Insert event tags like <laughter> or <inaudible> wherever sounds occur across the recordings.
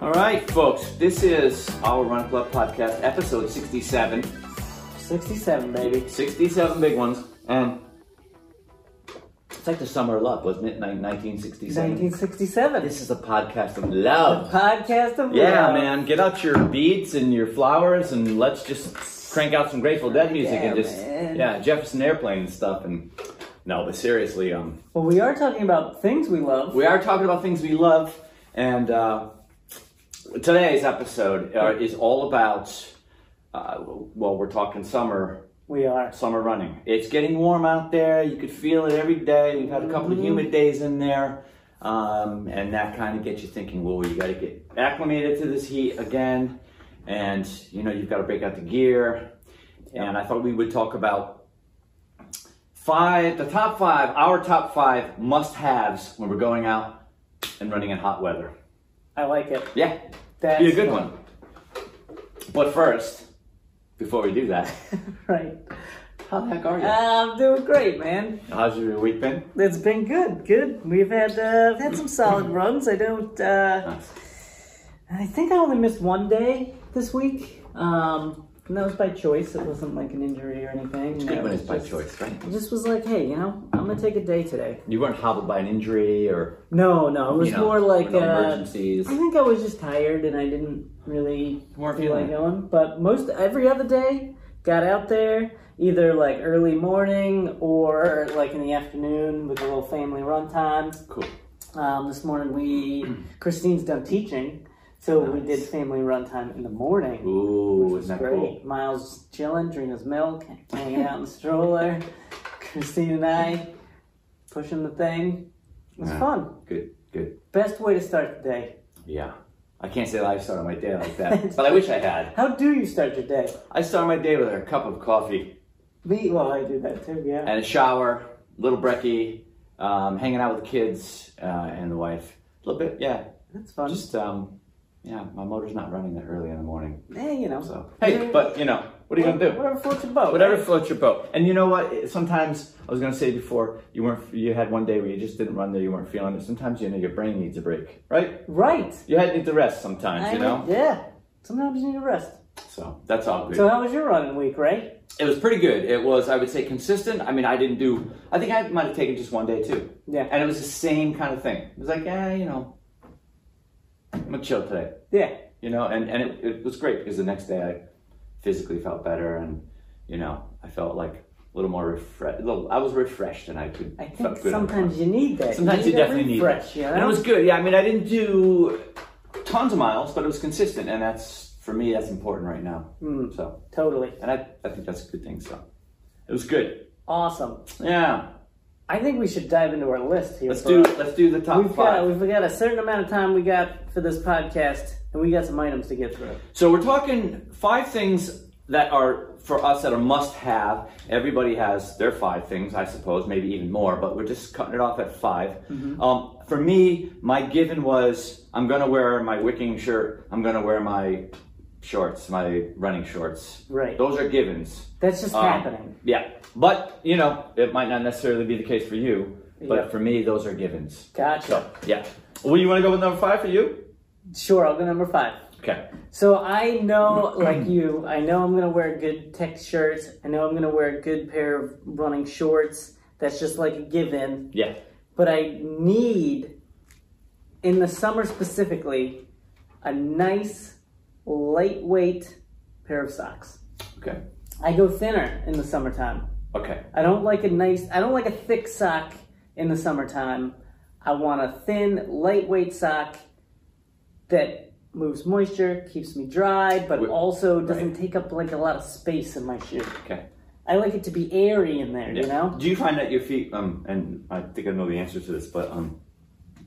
All right, folks, this is our Run Club podcast, episode 67. 67, baby. 67 big ones. And it's like the summer of love, wasn't it? Nin- 1967. 1967. This is a podcast of the love. podcast of Yeah, love. man, get out your beads and your flowers and let's just crank out some Grateful Dead music Yeah, and just man. yeah, Jefferson Airplane and stuff and no, but seriously, um Well, we are talking about things we love. we are talking about things we love and uh today's episode uh, is all about uh, well, we're talking summer We are. summer running. It's getting warm out there. You could feel it every day. We've had a couple of humid days in there. Um, and that kind of gets you thinking, well, you got to get acclimated to this heat again. And, you know, you've got to break out the gear. And I thought we would talk about five, the top five, our top five must haves when we're going out and running in hot weather. I like it. Yeah, That's be a good one. But first, before we do that, right. <laughs> how the heck are you? I'm doing great, man. How's your week been? It's been good. Good. We've had uh, had <laughs> some solid runs. I don't. Uh, I think I only missed one day this week. Um, and that was by choice. It wasn't like an injury or anything. It Everyone was is by just- choice, right? I just was like, hey, you know, I'm gonna take a day today. You weren't hobbled by an injury or No, no, it was you know, more like no uh, emergencies. I think I was just tired and I didn't really Weren't feel feeling like it. going. But most every other day, got out there either like early morning or like in the afternoon with a little family run time. Cool. Um, this <clears throat> morning we Christine's done teaching, so we did Nice. family run time in the morning. Ooh, isn't that uh, Great. cool? Miles chilling, drinking his milk, hanging out in the stroller. <laughs> Christine and I pushing the thing. It was Yeah. fun. Good, good. Best way to start the day. Yeah. I can't say that I started my day like that, <laughs> but I wish I had. How do you start your day? I started my day with a cup of coffee Me, well, I do that too. Yeah. and a shower, little brekkie, um, hanging out with the kids uh, and the wife. A little bit, yeah. That's fun. Just, um, yeah, my motor's not running that early in the morning. hey, you know. So, hey, but, you know, what are you going to do? Whatever floats your boat. Whatever right? floats your boat. And you know what? It- Sometimes I was gonna say before you weren't. You had one day where you just didn't run there. You weren't feeling it. Sometimes you know your brain needs a break, right? Right. You had need to rest sometimes. I you know. Yeah. Sometimes you need a rest. So that's all good. So how was your running week, Ray? it was pretty good. It was, I would say, consistent. I mean, I didn't do. I think I might have taken just one day too. Yeah. And it was the same kind of thing. It was like, eh, you know, I'm gonna chill today. Yeah. You know, and and it, it was great because the next day I physically felt better and you know I felt like a little more refreshed. I was refreshed and I could. I felt think good on the run. sometimes you need that. Sometimes you need a definitely need refresh, You know? And it was good. Yeah, I mean, I didn't do tons of miles, but it was consistent, and that's for me that's important right now. Mm. So, totally and I, I think that's a good thing. So, it was good. awesome. Yeah, I think we should dive into our list here. let's for do let's do the top We've got five. we've got a certain amount of time we got for this podcast, and we got some items to get through. So we're talking five things that are for us that are must have. Everybody has their five things, I suppose, maybe even more, but we're just cutting it off at 5 Mm-hmm. Um, for me, my given was I'm gonna wear my wicking shirt. I'm gonna wear my shorts, my running shorts. Right. Those are givens. That's just Um, happening. Yeah, but you know, it might not necessarily be the case for you. But Yeah. for me, those are givens. Gotcha. So yeah. Well, you want to go with number five for you? Sure, I'll go number five. Okay. So I know, like you, I know I'm gonna wear good tech shirts. I know I'm gonna wear a good pair of running shorts. That's just like a given. Yeah. But I need, in the summer specifically, a nice, lightweight pair of socks. Okay. I go thinner in the summertime. Okay. I don't like a nice, I don't like a thick sock in the summertime. I want a thin, lightweight sock that moves moisture, keeps me dry, but Wi- also doesn't right. take up like a lot of space in my shoe. Okay. I like it to be airy in there, you know? Do you find that your feet, um, and I think I know the answer to this, but um,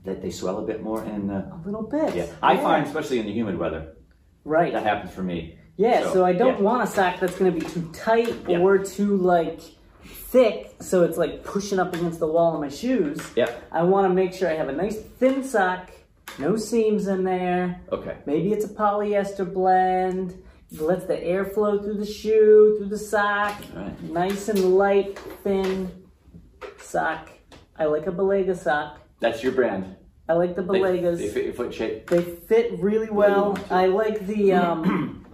that they swell a bit more in the. A little bit. Yeah, I find, especially in the humid weather, that Right. happens for me. Yeah, so, so, I don't yeah. want a sock that's going to be too tight Yeah. or too like thick, so it's like pushing up against the wall of my shoes. Yeah. I want to make sure I have a nice thin sock, no seams in there. Okay. Maybe it's a polyester blend. It lets the air flow through the shoe, through the sock. Right. Nice and light, thin sock. I like a Belega sock. That's your brand. I like the They- Balegas. They fit your foot shape. They fit really well. want to. I <clears throat> like the um,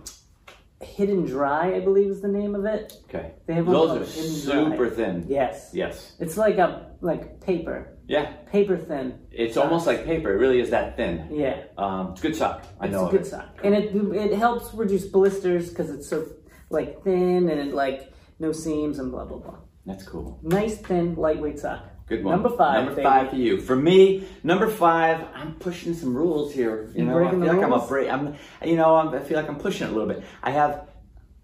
Hidden Dry, I believe is the name of it. Okay. They have one Those called are Hidden super Dry. thin. Yes. Yes. It's like a like paper, Yeah. paper thin. It's almost like paper. It really is that thin. Yeah, Um, it's a good sock. I it's know. a of good it. sock, and it it helps reduce blisters because it's so like thin and it, like no seams and blah blah blah. That's cool. Nice thin lightweight sock. Good one. Number five. Number baby. five for you. For me, number five. I'm pushing some rules here. You You know, I breaking feel the like I'm a rules? break. I'm. You know, I'm, I feel like I'm pushing it a little bit. I have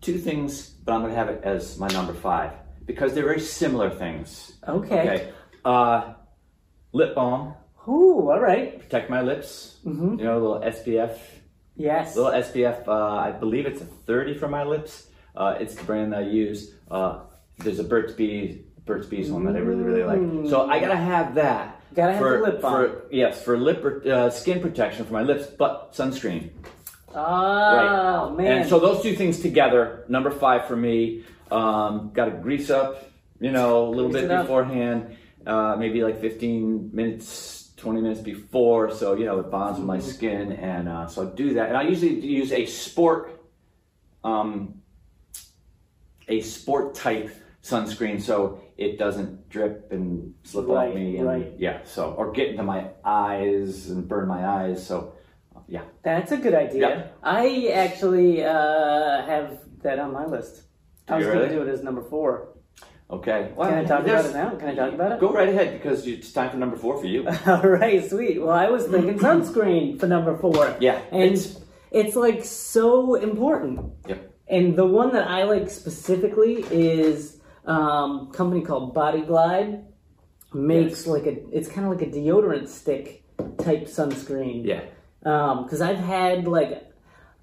two things, but I'm gonna have it as my number five because they're very similar things. Okay. Okay. Uh, lip balm. Ooh, all right. Protect my lips. Mm-hmm. You know, a little SPF. Yes. Little SPF. Uh, I believe it's a 30 for my lips. Uh, it's the brand I use. Uh, there's a Burt's Bees. Burt's Bees one that I really, really like. So I gotta have that. Mm. Gotta have for, the lip balm. For, yes, for lip pro- uh, skin protection for my lips, but sunscreen. Oh man. And so those two things together, number five for me. Um, got to grease up, you know, a little Grease bit it up. beforehand, uh, maybe like 15 minutes, 20 minutes before, so you know it bonds with my Mm-hmm. skin, and uh, so I do that. And I usually do use a sport, um, a sport type sunscreen, so it doesn't drip and slip Right, off me, and right. yeah, so or get into my eyes and burn my eyes, so yeah. That's a good idea. Yeah. I actually uh, have that on my list. Do I was you going to really? do it as number four. <laughs> Okay. Can I talk about There's- it now? Can I talk about it? Go right ahead because it's time for number four for <laughs> you. All right, sweet. Well, I was thinking sunscreen for number four. Yeah, and it's- it's, like so important. yep. And the one that I like specifically is um, a company called Body Glide makes Yes. like a it's kind of like a deodorant stick type sunscreen. Yeah. because I've had like,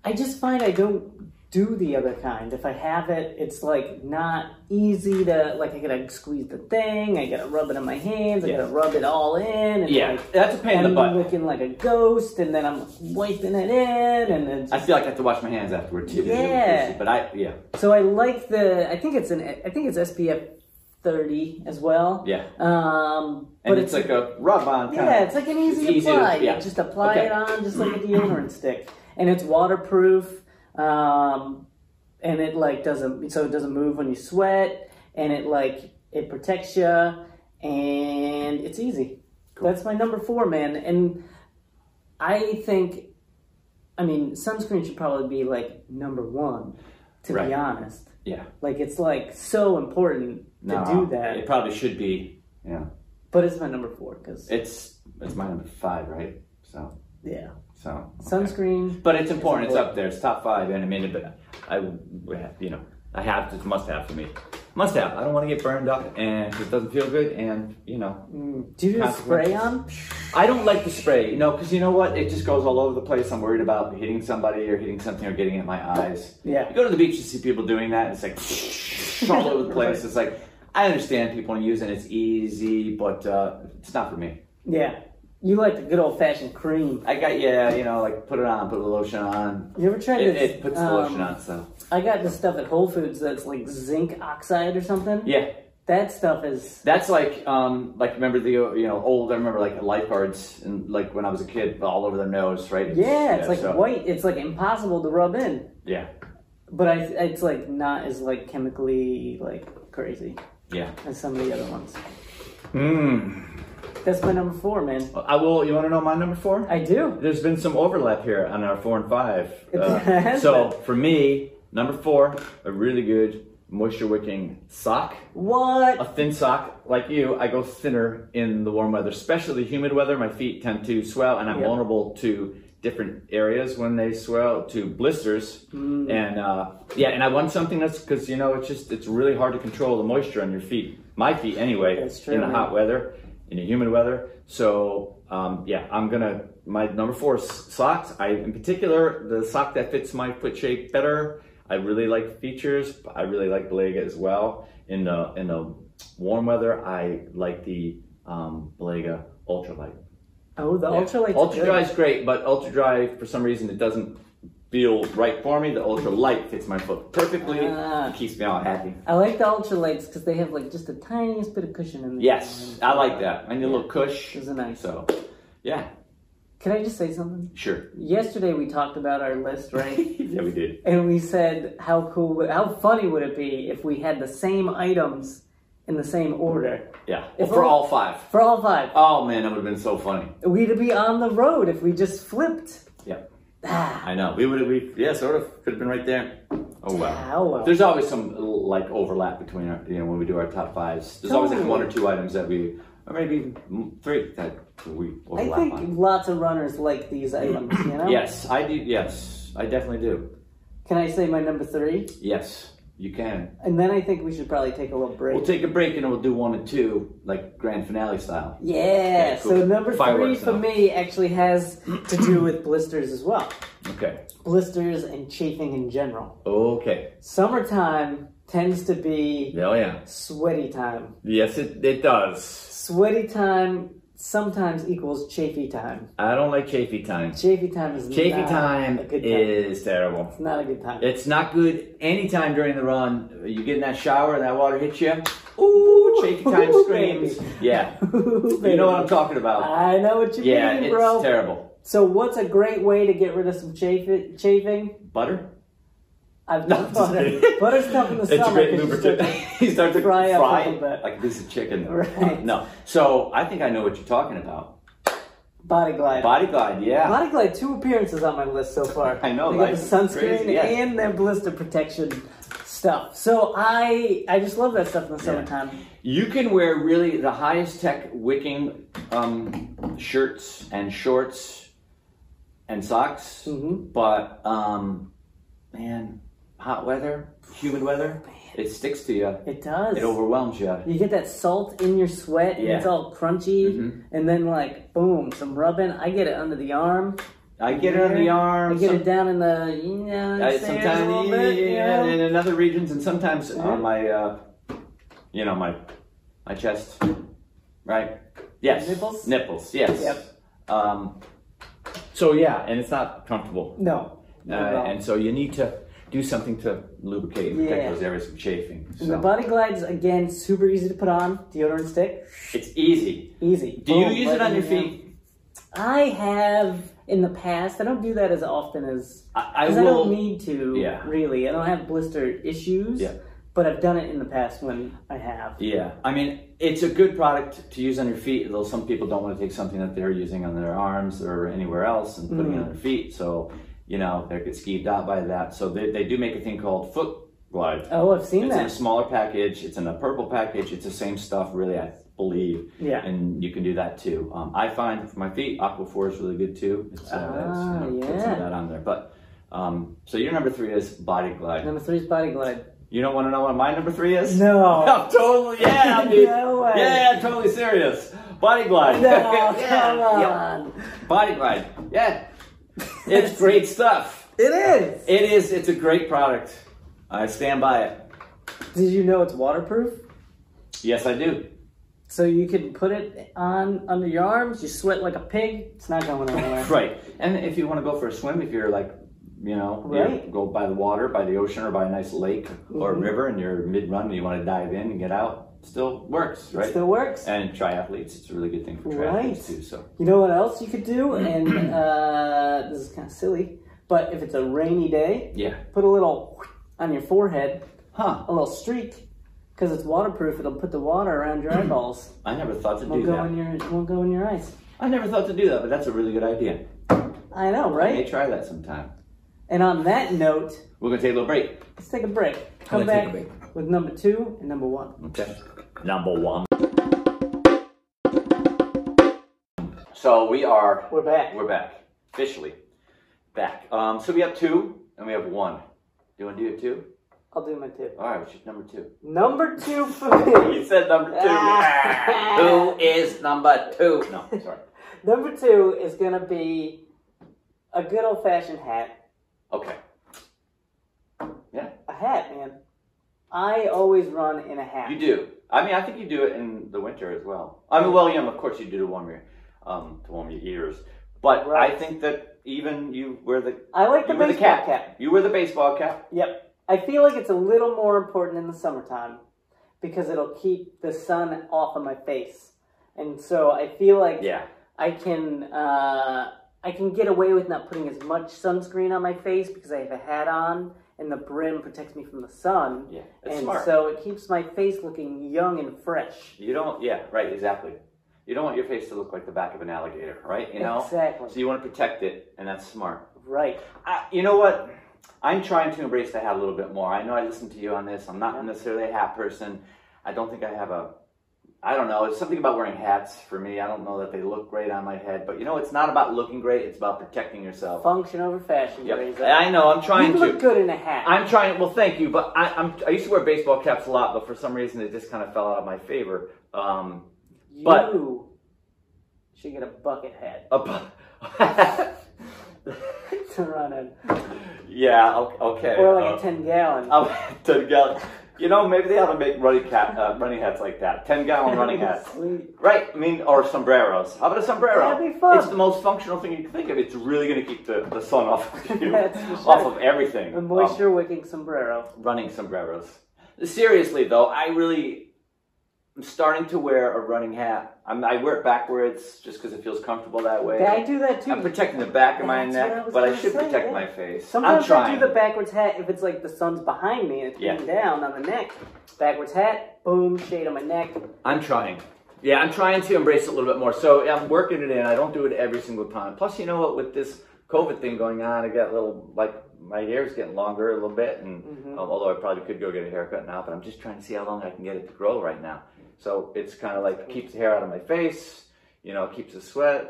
I just find I don't do the other kind. If I have it, it's like not easy to like. I gotta squeeze the thing. I gotta rub it in my hands. I Yeah. gotta rub it all in. And Yeah. like, That's a pain in the I'm butt. looking like a ghost, and then I'm wiping it in, and then I feel like I have to wash my hands afterward too. Yeah. But I, yeah. so I like the. I think it's an. I think it's SPF thirty as well. Yeah. Um, And but it's, like a rub on kind Yeah, of. it's like an easy It's easy to- apply. yeah. You just apply Okay. it on just like a deodorant stick, and it's waterproof, um, and it like doesn't so it doesn't move when you sweat, and it like it protects you, and it's easy. That's my number four, man. And I think, I mean, sunscreen should probably be like number one, to Right. be honest. yeah. Like it's like so important to No, do that, It probably should be. Yeah. but it's my number four because It's it's my number five, right? So yeah, so. okay. sunscreen. But it's important. It's up there. It's top five in a minute. But I, would have- you know, I have to must have for me. Must have. I don't want to get burned up, and 'cause it doesn't feel good, and you know, Do you do spray Consequences. on? I don't like the spray, you know, because you know what? It just goes all over the place. I'm worried about hitting somebody or hitting something or getting it in my eyes. Yeah. You go to the beach, you see people doing that, and it's like <laughs> all <laughs> over the place. It's like, I understand people want to use it, it's easy, but uh, it's not for me. Yeah. You like the good old fashioned cream. I got, yeah, you know, like put it on, put the lotion on. You ever tried It, this? it puts the um, lotion on, so. I got this stuff at Whole Foods that's like zinc oxide or something. Yeah. That stuff is. That's like, um, like remember the you know old. I remember like lifeguards and like when I was a kid, all over their nose, right? Yeah, it's like so- white. It's like impossible to rub in. Yeah, But I, it's like not as like chemically like crazy yeah. as some of the other ones. Hmm. Mm. That's my number four, man. I will. You want to know my number four? I do. There's been some overlap here on our four and five. Uh, has so for me, number four, a really good moisture wicking sock. A What? thin sock, like you, I go thinner in the warm weather, especially the humid weather. My feet tend to swell, and I'm Yeah. vulnerable to different areas when they swell to blisters. Mm. And uh, yeah, and I want something that's because you know it's just it's really hard to control the moisture on your feet, my feet anyway, That's true, in the man. hot weather, in the humid weather. So um, yeah, I'm gonna my number four is socks. I in particular the sock that fits my foot shape better. I really like features. but I really like Belega as well. In the in the warm weather, I like the um, Belega Ultralight. Oh, the ultra light. Ultra dry is great, but ultra dry for some reason it doesn't feel right for me. The ultra light fits my foot perfectly. Ah. It keeps me all happy. I like the ultra lights because they have like just the tiniest bit of cushion in there. Yes, I like that. I need a little cush. Those are nice. So, Yeah, Can I just say something? sure. Yesterday we talked about our list, right? yeah, we did. and we said how cool, how funny would it be if we had the same items in the same order Yeah, If for only- all five. for all five. Oh man, that would have been so funny. We'd be on the road if we just flipped. Yeah, Ah, I know. We would have. We yeah, sort of could have been right there. Oh well. how well. There's always some like overlap between our, you know when we do our top fives. There's always like Totally. one or two items that we or maybe mm, three that we I overlap think on. lots of runners like these items, you know? Yes, I do. Yes, I definitely do. Can I say my number three? Yes, you can. And then I think we should probably take a little break. We'll take a break and we'll do one and two like grand finale style. yeah, Okay, cool. so number Fireworks three for now. me actually has to do with blisters as well. Okay. Blisters and chafing in general. Okay. Summertime tends to be Oh yeah. sweaty time. Yes, it, it does. Sweaty time sometimes equals chafy time. I don't like chafy time. Chafy time is Chafy not time a good time. is terrible. It's not a good time. It's not good anytime during the run. You get in that shower and that water hits you. <laughs> Ooh, <laughs> shaky time Ooh, screams. <laughs> baby. Yeah. You know what I'm talking about. I know what you Yeah, mean, it's bro. terrible. So, what's a great way to get rid of some chafing? chafing? <laughs> Butter? <laughs> I've No, done butter. it's- Butter's tough in the It's a summer. great 'cause you lubricant. <laughs> start- you start to fry fry, up a little bit. like a piece of chicken. Right. No. So I think I know what you're talking about. Body Glide. Body glide, yeah. Body Glide, two appearances on my list so far. I know, They got like, the sunscreen crazy, yeah. and their blister protection stuff. So I, I just love that stuff in the summertime. You can wear really the highest tech wicking um, shirts and shorts and socks, Mhm. but um, man, hot weather, humid weather, it sticks to you. It does. It overwhelms you. you get that salt in your sweat, and Yeah. Mm-hmm. it's all crunchy, and then like boom, some rubbing. I get it under the arm. I get it on the Yeah. arm. I get it some- down in the you know I- upstairs a sometimes little bit, you yeah, know? and in other regions, and sometimes Yeah. on my, uh, you know, my, my chest, right? Yes. Nipples? Nipples. Yes. Um, so yeah, and it's not comfortable. No. Uh, Not at all. and so you need to do something to lubricate and protect Yeah. those areas from chafing. And the So body glides again super easy to put on. Deodorant stick, it's easy. easy. Do you Boom, use right it on in your the hand. feet? I have in the past. I don't do that as often as I, I 'cause I, will. don't need to. Yeah. Really, I don't have blister issues. Yeah. But I've done it in the past when I have. yeah, I mean it's a good product to use on your feet. Though some people don't want to take something that they're using on their arms or anywhere else and putting it Mm. on their feet. So you know they get skeeved out by that. So they, they do make a thing called foot glide. Oh, I've seen It's in a that. smaller package. It's in a purple package. It's the same stuff, really. I believe. Yeah. And you can do that too. Um, I find for my feet, Aquaphor is really good too. It's, uh, Ah, it's, you know, put some yeah. of that on there. But um, so your number three is Body Glide. Number three is body glide. <laughs> You don't want to know what my number three is? No. <laughs> I'm totally. Yeah. I <laughs> mean, No way. Yeah, I'm totally serious. Body Glide. No, <laughs> Yeah, come yep. on. Body Glide. Yeah. It's great stuff. It is. It is. It's a great product. I stand by it. Did you know it's waterproof? Yes, I do. So you can put it on under your arms. You sweat like a pig. It's not going anywhere. Right. And if you want to go for a swim, if you're like, you know, you Right. Mm-hmm. go by the water, by the ocean, or by a nice lake or river, and you're mid run and you want to dive in and get out, still works, <laughs> right? Still works. and triathletes, it's a really good thing for triathletes Right. too. So You know what else you could <clears throat> do? And uh, this is kind of silly, but if it's a rainy day, yeah, put a little on your forehead, huh? a little streak, because it's waterproof. It'll put the water <clears throat> around your eyeballs. I never thought to Won't do go in that. your won't go in your eyes. I never thought to do that, but that's a really good idea. I know, I may right? try that sometime. And on that note, We're gonna take a little break. let's take a break. Come gonna take back a with number two and number one. Okay. Number one. So we are We're back. We're back. Officially. Back. Um, so we have two and we have one. Do you want to do it two? I'll do my two. All right, which is number two? Number two for <laughs> me. You said number two. Ah. <laughs> Who is number two? No, sorry. Number two is gonna be a good old fashioned hat. Okay. Yeah, A hat, man. I always run in a hat. you do. I mean, I think you do it in the winter as well. I mean, well, yeah, of course you do to warm your, um, to warm your ears. But I Right. think that even you wear the, I like the you wear the baseball cap. cap. You wear the baseball cap. Yep. I feel like it's a little more important in the summertime because it'll keep the sun off of my face. And so I feel like Yeah. I can uh, I can get away with not putting as much sunscreen on my face because I have a hat on and the brim protects me from the sun. Yeah, that's and smart. so it keeps my face looking young and fresh. You don't, yeah, right, exactly. You don't want your face to look like the back of an alligator, right? You know? Exactly. So you want to protect it, and that's smart. Right. I, you know what? I'm trying to embrace the hat a little bit more. I know I listened to you on this. I'm not necessarily a hat person. I don't think I have a. I don't know. It's something about wearing hats for me. I don't know that they look great on my head, but you know, it's not about looking great. It's about protecting yourself. Function over fashion. Oh. Yep. Teresa. I know. I'm trying You to. look good in a hat. I'm trying. Well, thank you, but I, I'm. I used to wear baseball caps a lot, but for some reason it just kind of fell out of my favor. Um, <laughs> but- you should get a bucket hat a bu- to run in, yeah. o- Okay. or like Uh, <laughs> a ten gallon. Um, ten gallon. You know, maybe they ought to make running cat uh, running hats like that. Ten gallon <laughs> running hats. Sweet. Right. I mean, or sombreros. How about a sombrero? That'd be fun. It's the most functional thing you can think of. It's really going to keep the, the sun off of you, <laughs> That's for sure. off of everything. A Um, moisture wicking sombrero. running sombreros. Seriously though, I really am starting to wear a running hat. I'm, I wear it backwards just because it feels comfortable that way. I do that too. I'm protecting the back of my That's what I neck, was but I gonna should say, protect yeah. my face. I'm Sometimes I trying. do the backwards hat if it's like the sun's behind me and it's Yeah. beating down on the neck. Backwards hat, boom, shade on my neck. I'm trying. Yeah, I'm trying to embrace it a little bit more. So I'm working it in. I don't do it every single time. Plus, you know what? With this COVID thing going on, I got a little like my hair's getting longer a little bit, and um, although I probably could go get a haircut now, but I'm just trying to see how long I can get it to grow right now. So it's kind of like keeps the hair out of my face. You know, keeps the sweat,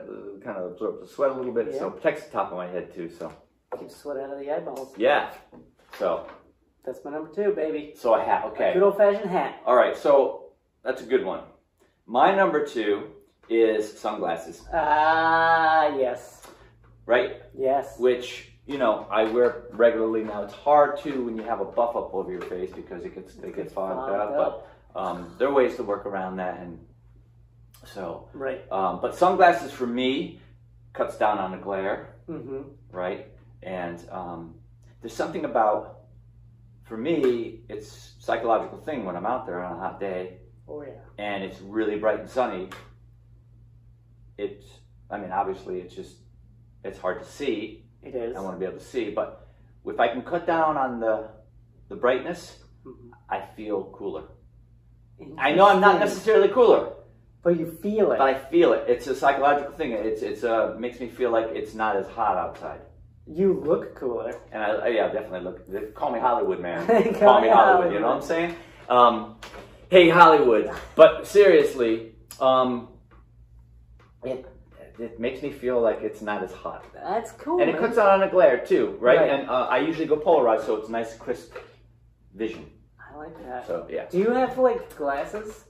kind of absorbs the sweat a little bit. So Yeah. protects the top of my head too. So Keep sweat out of the eyeballs. yeah. So That's my number two, baby. so I have okay. Good old fashioned hat. All right, so that's a good one. My number two is sunglasses, Ah, yes. right? Yes. Which you know I wear regularly now. It's hard to when you have a buff up over your face because it gets they get fogged Fogged up. But um, there are ways to work around that, and so. Right. Um, but sunglasses for me cuts down on the glare. Mm-hmm. right? And um, there's something about, for me, it's a psychological thing when I'm out there on a hot day Oh, yeah. and it's really bright and sunny. It's, I mean, obviously, it's just, it's hard to see. It is. I want to be able to see, but if I can cut down on the the brightness, I feel cooler. I know I'm not Mm-hmm. Interesting. necessarily cooler, But you feel it. but I feel it. It's a psychological thing. It's it's uh makes me feel like it's not as hot outside. you look cooler. And I, I- yeah, definitely look. they- Call me Hollywood, man. <laughs> Call call me me Hollywood. You know what I'm saying? Um, hey, Hollywood. But seriously, um, it, it makes me feel like it's not as hot. That's cool. And it man. cuts out on a glare too, right? Right. And uh, I usually go polarized, so it's nice, crisp vision. I like that. So yeah, Do you have like glasses?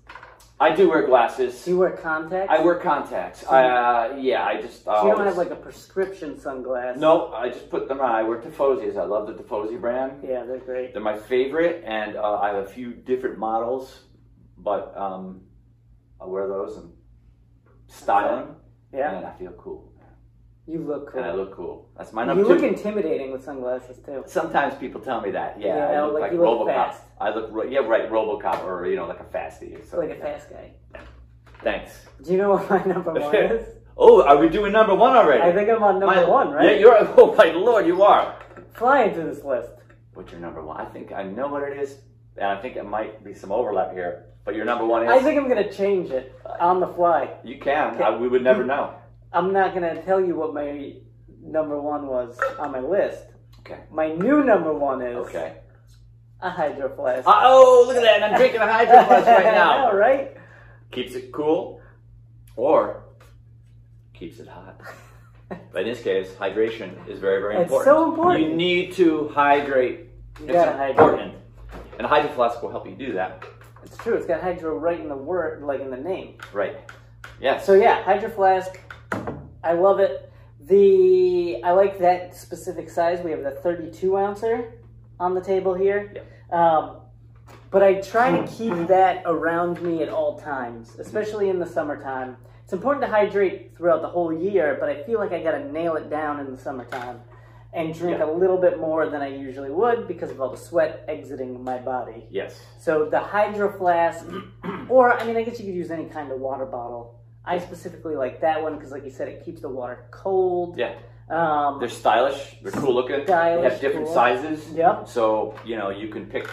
I do wear glasses. Do you wear contacts? I wear contacts. I, uh, yeah, I just. Uh, So you don't have like a prescription sunglass. No, I just put them on. I wear Tifosi's. I love the Tifosi brand. Yeah, they're great. They're my favorite, and uh, I have a few different models, but um, I wear those and style them, Yeah. and I feel cool, You look cool. and I look cool. That's my you number look two. intimidating with sunglasses too. Sometimes people tell me that, yeah, Yeah, I look like like, you RoboCop. look fast. I look, ro- yeah, right, RoboCop, or you know, like a fastie or something. Like a fast guy. Thanks. Do you know what my number <laughs> one is? oh, are we doing number one already? I think I'm on number My- one, right? Yeah, you're. <laughs> Oh my lord, you are. Flying through this list. What's your number one? I think I know what it is, and I think it might be some overlap here. But your number one is. I think I'm gonna change it on the fly. You can. I, we would never know. I'm not gonna tell you what my number one was on my list. Okay. My new number one is <laughs> Okay. a hydro flask. Uh, oh, look at that! I'm drinking a hydro flask <laughs> right I know, now. right? Keeps it cool, or keeps it hot. But in this case, hydration is very, very It's important. so important. You need to hydrate. gotta it's hydrate. important, and a hydro flask will help you do that. It's true. It's got hydro right in the word, like in the name. Right. Yes. So yeah, Hydro Flask. I love it. The I like that specific size. We have the 32 ouncer on the table here. Um, but I try to keep that around me at all times, especially in the summertime. It's important to hydrate throughout the whole year, but I feel like I gotta nail it down in the summertime and drink Yeah. a little bit more than I usually would because of all the sweat exiting my body. yes. <clears throat> So the hydro flask, or I mean, I guess you could use any kind of water bottle. I specifically like that one because, like you said, it keeps the water cold. Yeah, Um, they're stylish. They're cool looking. they Stylish, have different cool. sizes. Yep. So you know you can pick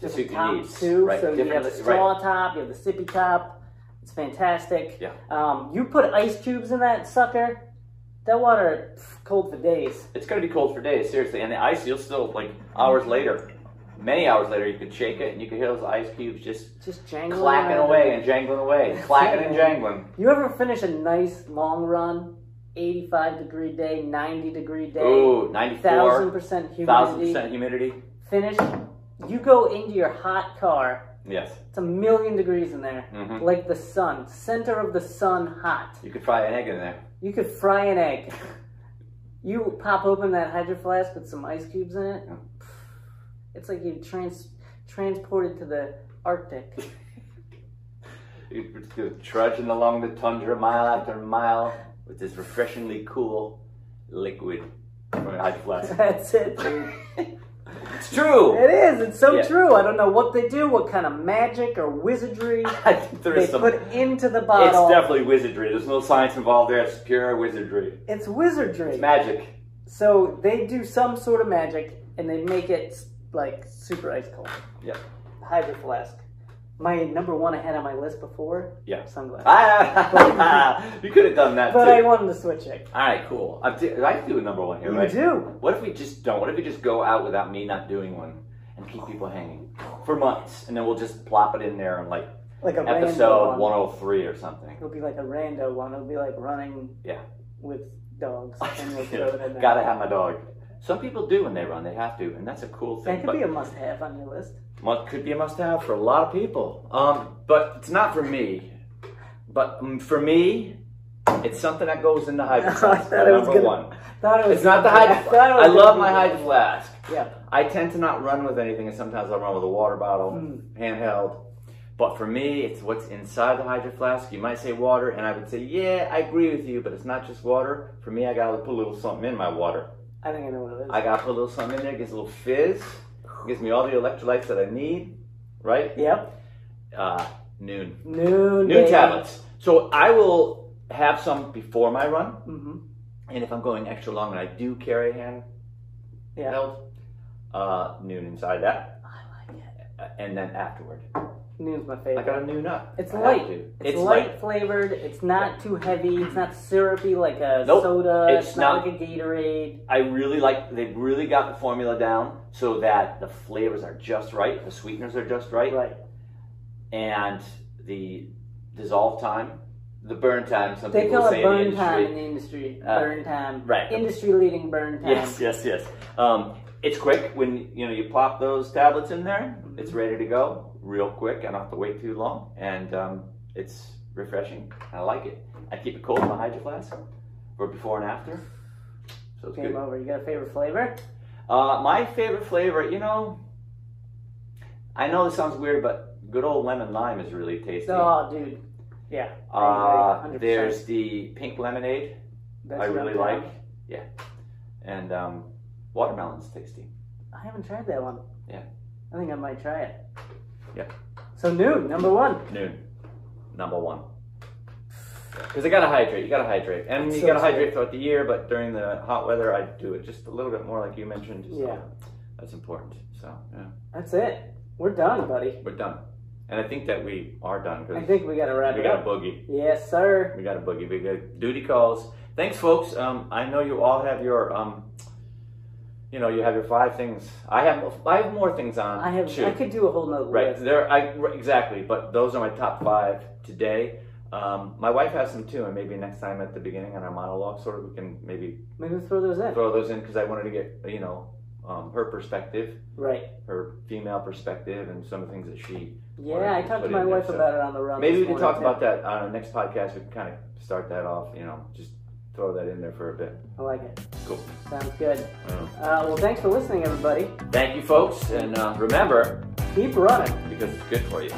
the different suit top you need. too. right? So you different, have the straw right? top, you have the sippy top. It's fantastic. Yeah. Um, you put ice cubes in that sucker. That water pff, cold for days. It's gonna be cold for days, seriously. And the ice, you'll still like hours later, many hours later, you could shake it and you could hear those ice cubes just Just jangling clacking around. away and jangling away, clacking <laughs> and jangling. You ever finish a nice long run, 85 degree day, 90 degree day, Ooh, 1000% 94, humidity, thousand percent humidity. finish, you go into your hot car, Yes, it's a million degrees in there, Mhm. like the sun, center of the sun hot. you could fry an egg in there. You could fry an egg. <laughs> You pop open that hydro flask with some ice cubes in it. Yeah. It's like you trans transported to the Arctic. <laughs> You're just trudging along the tundra mile after mile with this refreshingly cool liquid from a hydro flask. That's it, <laughs> dude. It's true. <laughs> It is. It's so Yeah. true. I don't know what they do, what kind of magic or wizardry I think there they is some. put into the It's bottle. It's, definitely wizardry. There's no science involved there. It's pure wizardry. wizardry. It's magic. <laughs> so they do some sort of magic and they make it like super ice cold. Yeah. Hydro flask. My number one I had on my list before. Yeah. Sunglasses. Ah, you could have done that but I too. wanted to switch it. All right, cool. I do, I do a number one here, You right? do. What if we just don't? What if we just go out without me not doing one and keep people hanging for months, and then we'll just plop it in there and like Like a episode rando one. 103 or something. It'll be like a rando one. It'll be like running Yeah. with <laughs> dogs. And we'll throw it in there. Gotta have my dog. Some people do when they run; they have to, and that's a cool thing. That could but be a must have on your list. mu- could be a must-have for a lot of people. Um, but it's not for me. But um, for me, it's something that goes in the hydro <laughs> I flask. thought it was number gonna- one. Thought it was It's not the I <laughs> hydro. thought it was I love gonna my be- hydro flask. Yeah. I tend to not run with anything, and sometimes I'll run with a water bottle, handheld. But for me, it's what's inside the hydro flask. You might say water, and I would say, yeah, I agree with you, but it's not just water. For me, I gotta put a little something in my water. I think I know what it is. I gotta put a little something in there, gives a little fizz, gives me all the electrolytes that I need, right? yep. Uh, noon. Noon. Noon tablets. So I will have some before my run, Mm-hmm. and if I'm going extra long and I do carry a hand Yeah. held, uh, noon inside that, I like it. uh, and then afterward. Noon's my I favorite. got a new nut. It's I have light. to. It's, light, flavored. It's not too heavy. It's not syrupy like a Nope. soda. It's, It's not, not- like a Gatorade. I really like. They really got the formula down so that the flavors are just right, the sweeteners are just right, Right. and the dissolve time, the burn time. Some They people call say it burn in the time industry. in the industry. Uh, burn time. right. Industry leading burn time. Yes, yes, yes. Um, it's quick when you know you plop those tablets in there. Mm-hmm. It's ready to go, real quick. I don't have to wait too long, and um, it's refreshing. I like it. I keep it cold in my hydro flask, or before and after. So it's Game good. over. You got a favorite flavor? Uh, my favorite flavor, you know, I know this sounds weird, but good old lemon lime is really tasty. Oh, dude. Yeah. I Uh, agree, 100%. there's the pink lemonade That's I what really I'm like. down. Yeah, and um, watermelon's tasty. I haven't tried that one. Yeah. I think I might try it. Yeah. So noon, number one. Noon, number one. Because I gotta hydrate. You gotta hydrate, and It's you so gotta true. hydrate throughout the year. But during the hot weather, I do it just a little bit more, like you mentioned. so Yeah. that's important. So yeah, That's it. We're done, buddy. we're done, and I think that we are done I because think we gotta wrap we it got a up. boogie. Yes, sir. We got a boogie. We got duty calls. Thanks, folks. Um, I know you all have your um, you know, you have your five things. I have I have more things on. I have. too. I could do a whole nother right list. there. I right, exactly, but those are my top five today. Um, my wife has some too, and maybe next time at the beginning on our monologue, sort of, we can maybe Maybe we'll throw those in. throw those in because I wanted to get you know um, her perspective, Right. her female perspective, and some of the things that she. wanted Yeah, I talked to put my in there, wife so- about it on the run. Maybe we this can talk morning, about that on our next podcast. We can kind of start that off, you know, just throw that in there for a bit. Um, too. I like it. Cool. Sounds good. Yeah. Uh, well, thanks for listening, everybody. Thank you, folks, and uh, remember Keep running. because it's good for you.